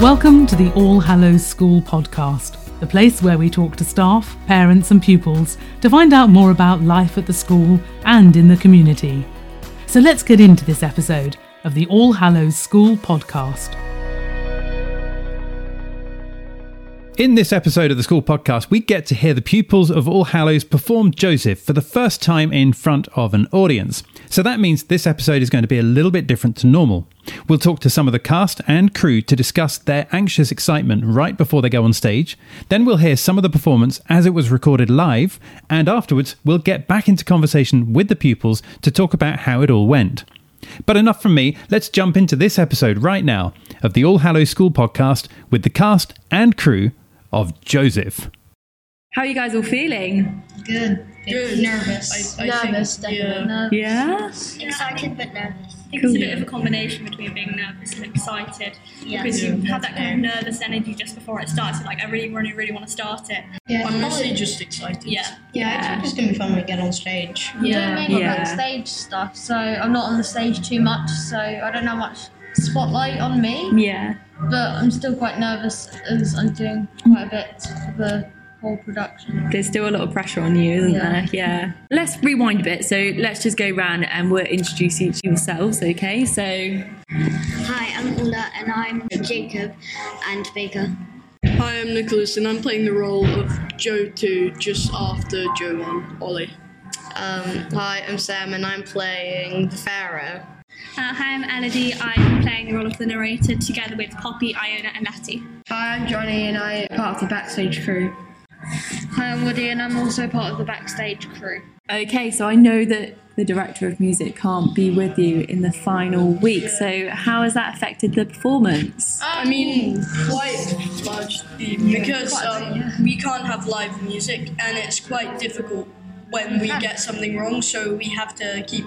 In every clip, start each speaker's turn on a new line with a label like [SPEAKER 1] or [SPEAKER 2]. [SPEAKER 1] Welcome to the All Hallows School podcast, the place where we talk to staff, parents, and pupils to find out more about life at the school and in the community. So let's get into this episode of the All Hallows School podcast.
[SPEAKER 2] In this episode of the School Podcast, we get to hear the pupils of All Hallows perform Joseph for the first time in front of an audience. So that means this episode is going to be a little bit different to normal. We'll talk to some of the cast and crew to discuss their anxious excitement right before they go on stage. Then we'll hear some of the performance as it was recorded live. And afterwards, we'll get back into conversation with the pupils to talk about how it all went. But enough from me, let's jump into this episode right now of the All Hallows School podcast with the cast and crew of Joseph.
[SPEAKER 1] How are you guys all feeling?
[SPEAKER 3] Good.
[SPEAKER 4] Good.
[SPEAKER 3] Nervous.
[SPEAKER 4] I- I think-
[SPEAKER 5] nervous, definitely.
[SPEAKER 4] yeah.
[SPEAKER 5] Nervous.
[SPEAKER 1] Yeah?
[SPEAKER 5] Excited but nervous.
[SPEAKER 4] I think it's a bit of a combination between being nervous and excited
[SPEAKER 5] Yeah.
[SPEAKER 4] because you
[SPEAKER 3] Yeah.
[SPEAKER 4] have that kind of nervous energy just before it starts. You're like, I really, really, really want to start it.
[SPEAKER 3] Yeah.
[SPEAKER 4] I'm
[SPEAKER 3] mostly
[SPEAKER 4] just excited. Yeah.
[SPEAKER 3] Yeah, I think it's gonna be fun when we get on stage.
[SPEAKER 5] Yeah. I don't make
[SPEAKER 1] Yeah.
[SPEAKER 5] yeah. backstage stuff, so I'm not on the stage too much, so I don't have much spotlight on me,
[SPEAKER 4] Yeah.
[SPEAKER 5] but I'm still quite nervous as I'm doing quite a bit for the whole production.
[SPEAKER 6] There's still a lot of pressure on you, isn't
[SPEAKER 5] Yeah.
[SPEAKER 6] there? Yeah. Let's rewind a bit. So let's just go round and we'll introduce each yourselves, okay? So
[SPEAKER 7] Hi, I'm Ola and I'm Jacob and Baker.
[SPEAKER 8] Hi, I'm Nicholas, and I'm playing the role of Joe 2 just after Joe 1, Ollie.
[SPEAKER 3] Um, hi, I'm Sam and I'm playing the Pharaoh.
[SPEAKER 4] Uh, hi, I'm Elodie. I'm playing the role of the narrator together with Poppy, Iona, and Natty.
[SPEAKER 3] Hi, I'm Johnny and I part of the backstage crew.
[SPEAKER 5] Hi, I'm Woody, and I'm also part of the backstage crew.
[SPEAKER 6] okay, so I know that the director of music can't be with you in the final week. So how has that affected the performance?
[SPEAKER 8] I mean, quite largely because um, we can't have live music, and it's quite difficult when we get something wrong, so we have to keep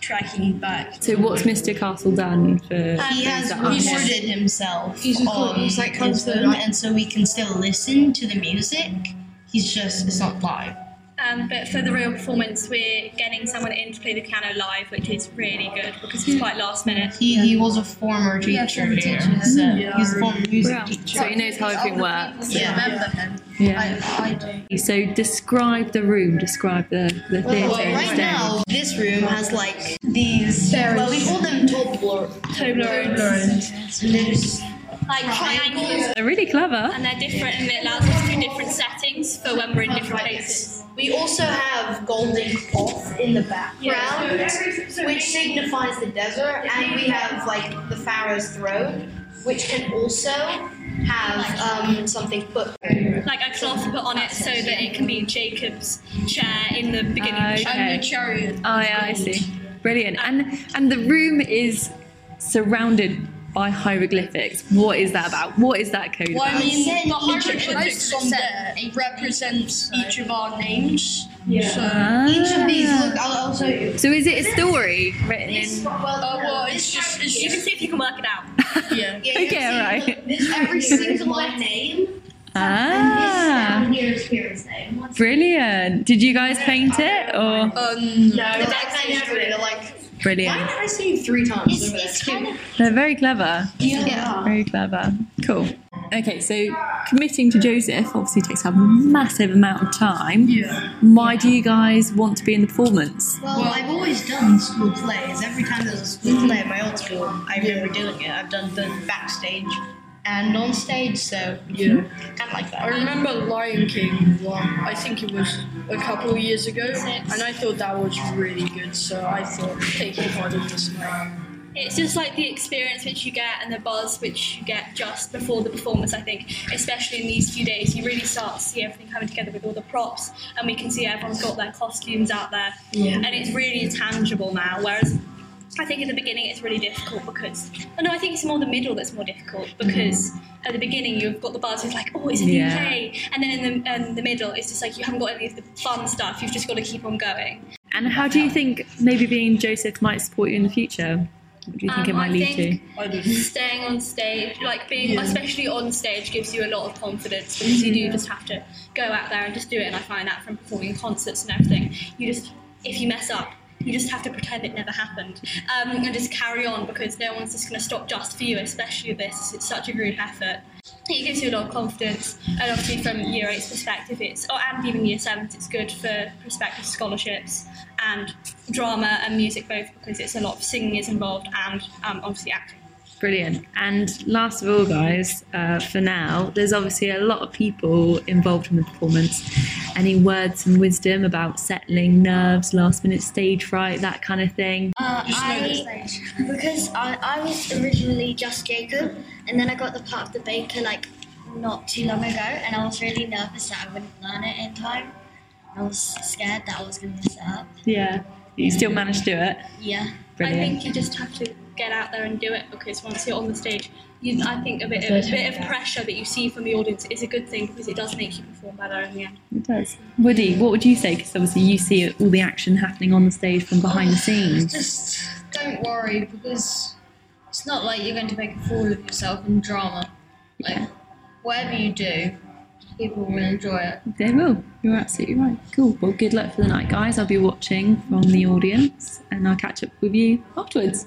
[SPEAKER 8] tracking back.
[SPEAKER 6] So what's Mr. Castle done for
[SPEAKER 3] He has
[SPEAKER 6] that aren't here?
[SPEAKER 3] recorded himself
[SPEAKER 9] He's
[SPEAKER 3] on
[SPEAKER 9] recorded- he's like
[SPEAKER 3] his
[SPEAKER 9] comes to
[SPEAKER 3] phone,
[SPEAKER 9] the-
[SPEAKER 3] and so we can still listen to the music. He's just it's not live.
[SPEAKER 4] Um, but for the real performance, we're getting someone in to play the piano live, which is really good because it's quite last minute.
[SPEAKER 3] He he was a former teacher
[SPEAKER 5] Yeah, former
[SPEAKER 3] here.
[SPEAKER 5] teacher.
[SPEAKER 3] So he's a former music teacher.
[SPEAKER 6] So he knows how
[SPEAKER 3] Oh,
[SPEAKER 6] everything works.
[SPEAKER 3] Yeah.
[SPEAKER 5] Remember him.
[SPEAKER 6] Yeah.
[SPEAKER 3] I do.
[SPEAKER 6] So describe the room, describe the, the theatre
[SPEAKER 3] Well, right
[SPEAKER 6] instead.
[SPEAKER 3] now, this room has like these. Well, we call them Tobler- Toblerones. There's
[SPEAKER 4] Like triangles,
[SPEAKER 6] They're really clever.
[SPEAKER 4] and they're different, and it allows us to do different settings for when we're in different places.
[SPEAKER 3] We also have golden cloth in the background, which signifies the desert, and we have like the Pharaoh's throne, which can also have um, something put.
[SPEAKER 4] Like a cloth put on it so that it can be Jacob's chair in the beginning of the show.
[SPEAKER 6] Okay.
[SPEAKER 8] Chariot.
[SPEAKER 6] Oh, yeah, I see. Brilliant. And and the room is surrounded by hieroglyphics. What is that about? What is that code
[SPEAKER 8] Well, I
[SPEAKER 6] about?
[SPEAKER 8] mean,
[SPEAKER 3] Send
[SPEAKER 8] the
[SPEAKER 3] each of-
[SPEAKER 8] hieroglyphics on there represents each of our names. So,
[SPEAKER 3] Each of these
[SPEAKER 6] Ah.
[SPEAKER 3] look. I'll also.
[SPEAKER 6] So is it a story written in?
[SPEAKER 8] uh, well, it's just, it's
[SPEAKER 4] You can
[SPEAKER 8] just,
[SPEAKER 4] see if you can work it out.
[SPEAKER 8] yeah.
[SPEAKER 3] Yeah,
[SPEAKER 6] Okay,
[SPEAKER 3] yeah,
[SPEAKER 6] right.
[SPEAKER 3] look, this- every single letter.
[SPEAKER 5] name.
[SPEAKER 6] Ah,
[SPEAKER 5] here's Kira's name. What's
[SPEAKER 6] brilliant. Did you guys paint it or?
[SPEAKER 8] Um,
[SPEAKER 3] No, that's not like.
[SPEAKER 6] Brilliant.
[SPEAKER 8] I see you three times.
[SPEAKER 5] It's, it's kind of
[SPEAKER 6] They're very clever.
[SPEAKER 3] Yeah.
[SPEAKER 6] Very clever. Cool. Okay, so committing to Joseph obviously takes a massive amount of time.
[SPEAKER 8] Yeah.
[SPEAKER 6] Why do you guys want to be in the performance?
[SPEAKER 3] Well, I've always done school plays. Every time there's a school play at my old school, I remember doing it. I've done both backstage and on stage, so
[SPEAKER 8] Yeah.
[SPEAKER 3] kind of like
[SPEAKER 8] I
[SPEAKER 3] that.
[SPEAKER 8] remember Lion King one. I think it was a couple of years ago, and I thought that was really good. So I thought taking part in this way.
[SPEAKER 4] It's just like the experience which you get and the buzz which you get just before the performance, I think, especially in these few days. You really start to see everything coming together with all the props, and we can see everyone's got their costumes out there.
[SPEAKER 3] Yeah.
[SPEAKER 4] And it's really tangible now, whereas I think in the beginning it's really difficult because. Oh no, I think it's more the middle that's more difficult because at the beginning you've got the buzz, it's like, oh, it's a new
[SPEAKER 6] Yeah.
[SPEAKER 4] play. And then in the, in the middle, it's just like you haven't got any of the fun stuff, you've just got to keep on going.
[SPEAKER 6] And how do you think maybe being Joseph might support you in the future? What do you think
[SPEAKER 4] Um,
[SPEAKER 6] it might
[SPEAKER 4] I
[SPEAKER 6] lead
[SPEAKER 4] think-
[SPEAKER 6] to?
[SPEAKER 8] I did.
[SPEAKER 4] staying on stage, like being, especially on stage, gives you a lot of confidence because you do just have to go out there and just do it. And I find that from performing concerts and everything, you just, if you mess up, you just have to pretend it never happened um, and just carry on because no one's just going to stop just for you, especially this. It's such a group effort. It gives you a lot of confidence, and obviously from year eight's perspective, it's oh, and even year seventh, it's good for prospective scholarships and drama and music both because it's a lot of singing is involved and um, obviously acting.
[SPEAKER 6] Brilliant. And last of all, guys, uh, for now, there's obviously a lot of people involved in the performance. Any words and wisdom about settling nerves, last minute stage fright, that kind of thing?
[SPEAKER 10] Uh, I, because I, I was originally just Jacob, and then I got the part of the baker like not too long ago, and I was really nervous that I wouldn't learn it in time. I was scared that I was going to mess it up.
[SPEAKER 6] Yeah. You still managed to do it?
[SPEAKER 10] Yeah.
[SPEAKER 6] Brilliant.
[SPEAKER 4] I think you just have to get out there and do it because once you're on the stage, you, I think a bit, of, a bit of pressure that you see from the audience is a good thing because it does make you perform better in the end.
[SPEAKER 6] It does. Woody, what would you say? Because obviously you see all the action happening on the stage from behind the scenes.
[SPEAKER 5] Just don't worry because it's not like you're going to make a fool of yourself in drama. Like, whatever you do, people will enjoy it.
[SPEAKER 6] They will. You're absolutely right. Cool. Well, good luck for the night, guys. I'll be watching from the audience and I'll catch up with you afterwards.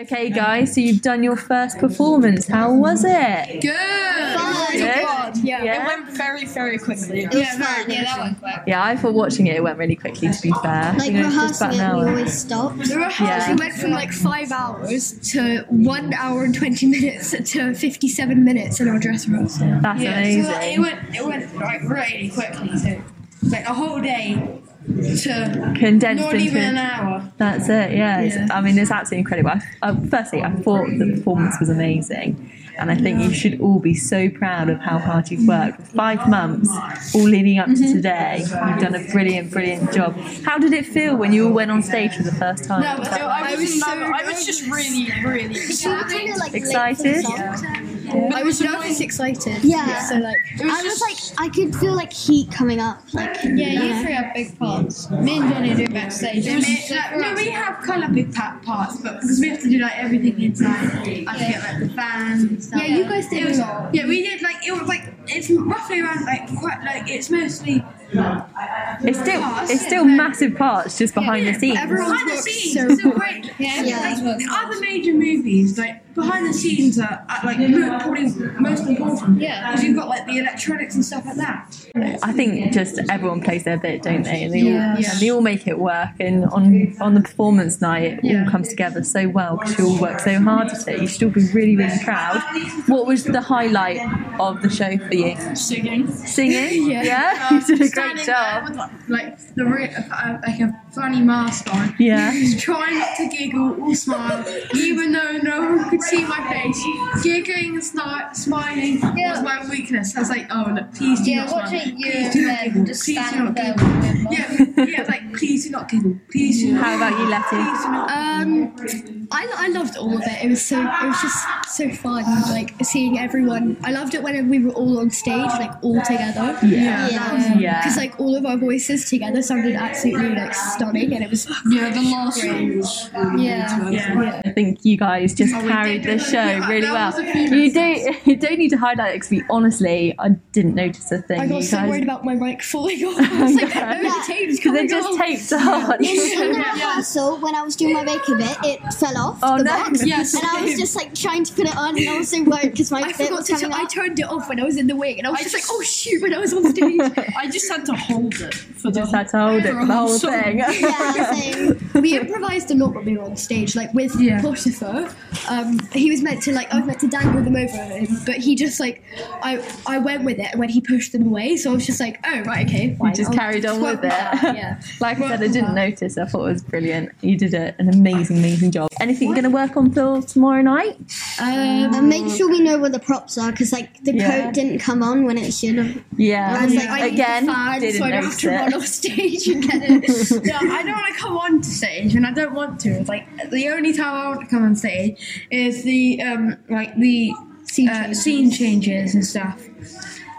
[SPEAKER 6] Okay, guys, so you've done your first performance. How was it?
[SPEAKER 11] Good.
[SPEAKER 6] Good?
[SPEAKER 11] Yeah.
[SPEAKER 6] Yeah.
[SPEAKER 11] It went very, very quickly.
[SPEAKER 10] It was fun. Yeah, that one.
[SPEAKER 6] Yeah, I thought watching it, it went really quickly, to be fair.
[SPEAKER 10] Like
[SPEAKER 6] You know, just about an
[SPEAKER 10] rehearsing it, we
[SPEAKER 6] hour.
[SPEAKER 10] always stopped.
[SPEAKER 8] The rehearsal
[SPEAKER 6] Yeah.
[SPEAKER 8] went from like five hours to one hour and twenty minutes to fifty-seven minutes in our dress rehearsal.
[SPEAKER 6] That's
[SPEAKER 11] it
[SPEAKER 6] amazing.
[SPEAKER 11] went it went like really quickly too. Like a whole day to
[SPEAKER 6] Condensed
[SPEAKER 11] not
[SPEAKER 6] into
[SPEAKER 11] even an hour.
[SPEAKER 6] That's it, yeah. It's,
[SPEAKER 8] Yeah.
[SPEAKER 6] I mean, it's absolutely incredible. I, I, firstly, I thought the performance was amazing. And I think you should all be so proud of how hard you've worked. Five months, all leading up to today. You've done a brilliant, brilliant job. How did it feel when you all went on stage for the first time?
[SPEAKER 11] No, so I was so I was just really, really
[SPEAKER 10] Kind of like late for
[SPEAKER 6] Excited?
[SPEAKER 10] song.
[SPEAKER 8] I was nervous, excited.
[SPEAKER 10] Yeah.
[SPEAKER 8] So like,
[SPEAKER 10] I was like, I could feel like heat coming up. Like,
[SPEAKER 5] Yeah,
[SPEAKER 10] you
[SPEAKER 5] three have big parts. Me and Johnny do backstage.
[SPEAKER 8] Like, no, we have kind of big pa- parts, but because we have to do like everything inside, I have to get like the fans and stuff.
[SPEAKER 5] Yeah, you guys did
[SPEAKER 8] It was-
[SPEAKER 5] a lot.
[SPEAKER 8] Yeah, we did like it was like it's roughly around like quite like it's mostly
[SPEAKER 6] It's still,
[SPEAKER 8] Parts,
[SPEAKER 6] it's still
[SPEAKER 8] yeah.
[SPEAKER 6] massive parts just behind the scenes.
[SPEAKER 8] behind the scenes. it's a great-
[SPEAKER 10] Yeah.
[SPEAKER 8] Like, the other major movies, like behind the scenes, are, are like mo- probably most important. Yeah, because you've got like the electronics and stuff like that.
[SPEAKER 6] I think just everyone plays their bit, don't they? And they, all, and they all make it work. And on, on the performance night, it all comes together so well because you all work so hard at it. You should all be really, really proud. What was the highlight of the show for you?
[SPEAKER 8] Singing.
[SPEAKER 6] Singing?
[SPEAKER 8] Yeah.
[SPEAKER 6] you did a great
[SPEAKER 8] Standing there
[SPEAKER 6] job.
[SPEAKER 8] with like, like the re- uh, like a funny mask on.
[SPEAKER 6] Yeah.
[SPEAKER 8] Just trying not to giggle or smile, even though no one could see my face. Giggling and sni- smiling was
[SPEAKER 10] Yeah.
[SPEAKER 8] my weakness. I was like, oh look, please do
[SPEAKER 10] Yeah,
[SPEAKER 8] not smile.
[SPEAKER 10] watching you
[SPEAKER 8] Please do
[SPEAKER 10] and
[SPEAKER 8] not
[SPEAKER 10] then
[SPEAKER 8] giggle.
[SPEAKER 10] just
[SPEAKER 8] Please do
[SPEAKER 10] standing
[SPEAKER 8] not
[SPEAKER 10] there
[SPEAKER 8] giggle.
[SPEAKER 10] with your mum.
[SPEAKER 8] Yeah, yeah, it's like please do not giggle. Please do not.
[SPEAKER 6] How about you, Letty?
[SPEAKER 8] Please do not.
[SPEAKER 3] Um, I, I loved all of it. It was so it was just so fun, like seeing everyone. I loved it when we were all on stage, like all together.
[SPEAKER 8] Yeah.
[SPEAKER 10] Yeah.
[SPEAKER 6] Yeah.
[SPEAKER 3] Because like all of our voices together sounded absolutely like stunning, and it was
[SPEAKER 8] Yeah, the last one was.
[SPEAKER 10] Yeah.
[SPEAKER 8] Yeah.
[SPEAKER 6] I think you guys just
[SPEAKER 8] Oh, we
[SPEAKER 6] carried
[SPEAKER 8] did
[SPEAKER 6] the
[SPEAKER 8] do that.
[SPEAKER 6] show
[SPEAKER 8] Yeah,
[SPEAKER 6] really
[SPEAKER 8] that
[SPEAKER 6] well.
[SPEAKER 8] was a few
[SPEAKER 6] You don't you don't need to highlight it because we honestly I didn't notice a thing.
[SPEAKER 3] I got
[SPEAKER 6] you
[SPEAKER 3] so
[SPEAKER 6] guys-
[SPEAKER 3] worried about my mic falling off. I was like,
[SPEAKER 6] Yeah.
[SPEAKER 3] oh, the tape's
[SPEAKER 6] because they're
[SPEAKER 3] coming
[SPEAKER 6] just
[SPEAKER 3] off.
[SPEAKER 6] taped on.
[SPEAKER 10] In the rehearsal, when I was doing my baking bit, it fell off
[SPEAKER 6] Oh, no.
[SPEAKER 10] the box,
[SPEAKER 8] Yes.
[SPEAKER 10] and I was just like trying to put it on, and I was so worried because my
[SPEAKER 3] I
[SPEAKER 10] bit
[SPEAKER 3] forgot
[SPEAKER 10] was
[SPEAKER 3] to. T-
[SPEAKER 10] coming
[SPEAKER 3] I
[SPEAKER 10] off.
[SPEAKER 3] turned it off when I was in the wing, and I was just like,
[SPEAKER 8] just-
[SPEAKER 3] oh shoot, when I was on stage.
[SPEAKER 8] I just had to hold it for the
[SPEAKER 6] Just had to hold it for the whole thing.
[SPEAKER 10] Yeah, same.
[SPEAKER 3] we improvised a lot when we were on stage. Like with
[SPEAKER 8] Yeah.
[SPEAKER 3] Potiphar, um, he was meant to like I was meant to dangle them over him, but he just like I I went with it when he pushed them away. So I was just like, oh right, okay, fine.
[SPEAKER 6] just
[SPEAKER 3] I'll
[SPEAKER 6] carried on
[SPEAKER 3] twerk
[SPEAKER 6] with it.
[SPEAKER 3] that, Yeah.
[SPEAKER 6] Like I said, I didn't notice. I thought it was brilliant. You did a, an amazing, amazing job. Anything you're going to work on for tomorrow night?
[SPEAKER 3] Um,
[SPEAKER 10] And make sure we know where the props are, because like the
[SPEAKER 6] Yeah.
[SPEAKER 10] coat didn't come on when it should have.
[SPEAKER 6] Yeah.
[SPEAKER 10] I was like,
[SPEAKER 3] I need the
[SPEAKER 6] Again,
[SPEAKER 3] fan,
[SPEAKER 6] didn't
[SPEAKER 3] so I don't have
[SPEAKER 6] notice
[SPEAKER 3] to
[SPEAKER 6] it.
[SPEAKER 3] run off stage and get it.
[SPEAKER 8] yeah, I don't want to come on to stage when I don't want to. It's like the only time I want to come on stage is the um like the
[SPEAKER 3] Scene
[SPEAKER 8] uh,
[SPEAKER 3] changes.
[SPEAKER 8] scene changes and stuff.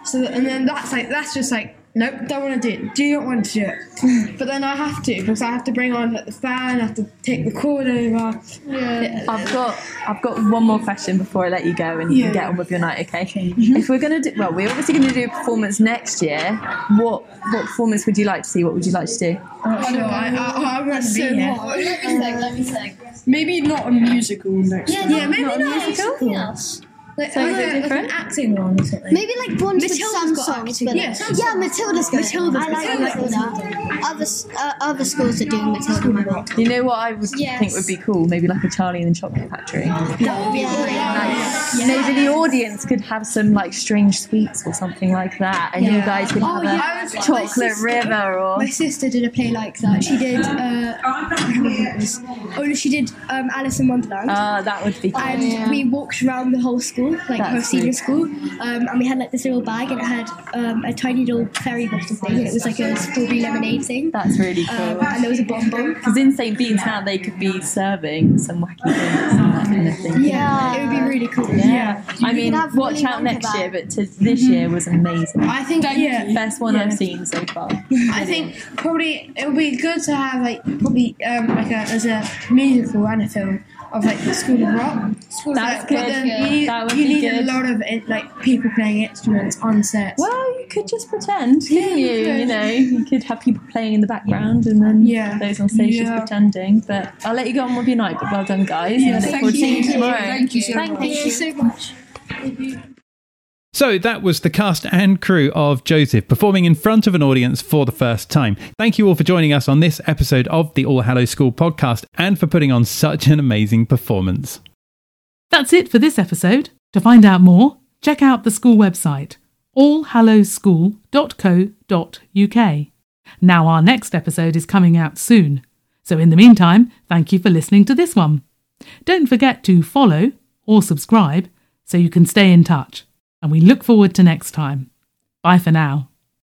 [SPEAKER 8] So and then that's like that's just like nope, don't want to do it. Do not want to do it. but then I have to because I have to bring on like, the fan. I have to take the cord over. Yeah.
[SPEAKER 6] I've got I've got one more question before I let you go and you
[SPEAKER 8] Yeah.
[SPEAKER 6] can get on with your night, okay? If we're gonna do well, we're obviously gonna do a performance next year. What what performance would you like to see? What would you like to do?
[SPEAKER 8] Oh, no, I, I, I want to be here.
[SPEAKER 5] Let me think, Uh, let me think.
[SPEAKER 11] Maybe not a musical next
[SPEAKER 5] Yeah,
[SPEAKER 8] Yeah, maybe not.
[SPEAKER 5] something else.
[SPEAKER 8] Like,
[SPEAKER 6] So is
[SPEAKER 8] I
[SPEAKER 6] it
[SPEAKER 8] don't know, like an
[SPEAKER 6] different?
[SPEAKER 8] acting one or something.
[SPEAKER 10] Maybe like Bond with
[SPEAKER 3] Matilda's
[SPEAKER 10] some
[SPEAKER 3] got
[SPEAKER 10] songs,
[SPEAKER 3] acting.
[SPEAKER 10] but
[SPEAKER 8] Yeah,
[SPEAKER 10] yeah,
[SPEAKER 8] some
[SPEAKER 10] yeah Matilda's good.
[SPEAKER 3] Matilda's
[SPEAKER 10] I like
[SPEAKER 3] good.
[SPEAKER 10] Matilda. Other s- uh, other schools are doing Matilda. now.
[SPEAKER 6] You know what I would think
[SPEAKER 10] Yes.
[SPEAKER 6] would be cool? Maybe like a Charlie and the Chocolate Factory.
[SPEAKER 10] Yeah.
[SPEAKER 6] Like, Maybe the audience could have some like strange sweets or something like that, and you guys could
[SPEAKER 8] Oh,
[SPEAKER 6] have
[SPEAKER 3] yeah.
[SPEAKER 6] a chocolate river or
[SPEAKER 3] My sister did a play like that. She did. Uh, I can't remember what it was. Oh no, she did um, Alice in Wonderland.
[SPEAKER 6] Ah, that would be.
[SPEAKER 3] and we walked around the whole school, like our
[SPEAKER 6] That's
[SPEAKER 3] senior
[SPEAKER 6] neat.
[SPEAKER 3] school, um, and we had like this little bag, and it had um, a tiny little fairy bottle thing, and it was like a strawberry lemonade thing,
[SPEAKER 6] That's really
[SPEAKER 8] uh,
[SPEAKER 3] um,
[SPEAKER 6] cool.
[SPEAKER 3] and there was a bonbon.
[SPEAKER 6] Because in St. Bean's now they could be serving some wacky things and that kind of thing.
[SPEAKER 3] Yeah, it would be really cool.
[SPEAKER 6] Yeah. I mean,
[SPEAKER 10] could have
[SPEAKER 6] watch
[SPEAKER 10] Willy
[SPEAKER 6] out next
[SPEAKER 10] Wonka
[SPEAKER 6] year, but to, this year was amazing.
[SPEAKER 8] I think Mm-hmm. yeah.
[SPEAKER 6] Best one I've seen so far.
[SPEAKER 8] I think probably it would be good to have like probably um, like a as a musical and a film of like the School of Rock. School
[SPEAKER 6] That's
[SPEAKER 8] of Rock,
[SPEAKER 6] good.
[SPEAKER 8] But then you,
[SPEAKER 6] That would
[SPEAKER 8] you
[SPEAKER 6] be
[SPEAKER 8] need a
[SPEAKER 6] good.
[SPEAKER 8] lot of it, like people playing instruments on set.
[SPEAKER 6] Well, you could just pretend, couldn't
[SPEAKER 8] you
[SPEAKER 6] you? You
[SPEAKER 8] could.
[SPEAKER 6] know, you could have people playing in the background and then
[SPEAKER 8] Yeah.
[SPEAKER 6] those on stage just
[SPEAKER 8] Yeah.
[SPEAKER 6] pretending. But I'll let you go on with your night. But well done, guys. and look forward to seeing you tomorrow. Thank you. Thank you.
[SPEAKER 3] so much.
[SPEAKER 2] So that was the cast and crew of Joseph performing in front of an audience for the first time. Thank you all for joining us on this episode of the All Hallows School podcast and for putting on such an amazing performance.
[SPEAKER 1] That's it for this episode. To find out more, check out the school website, allhallowschool.co.uk. Now, our next episode is coming out soon. So, in the meantime, thank you for listening to this one. Don't forget to follow or subscribe so you can stay in touch. And we look forward to next time. Bye for now.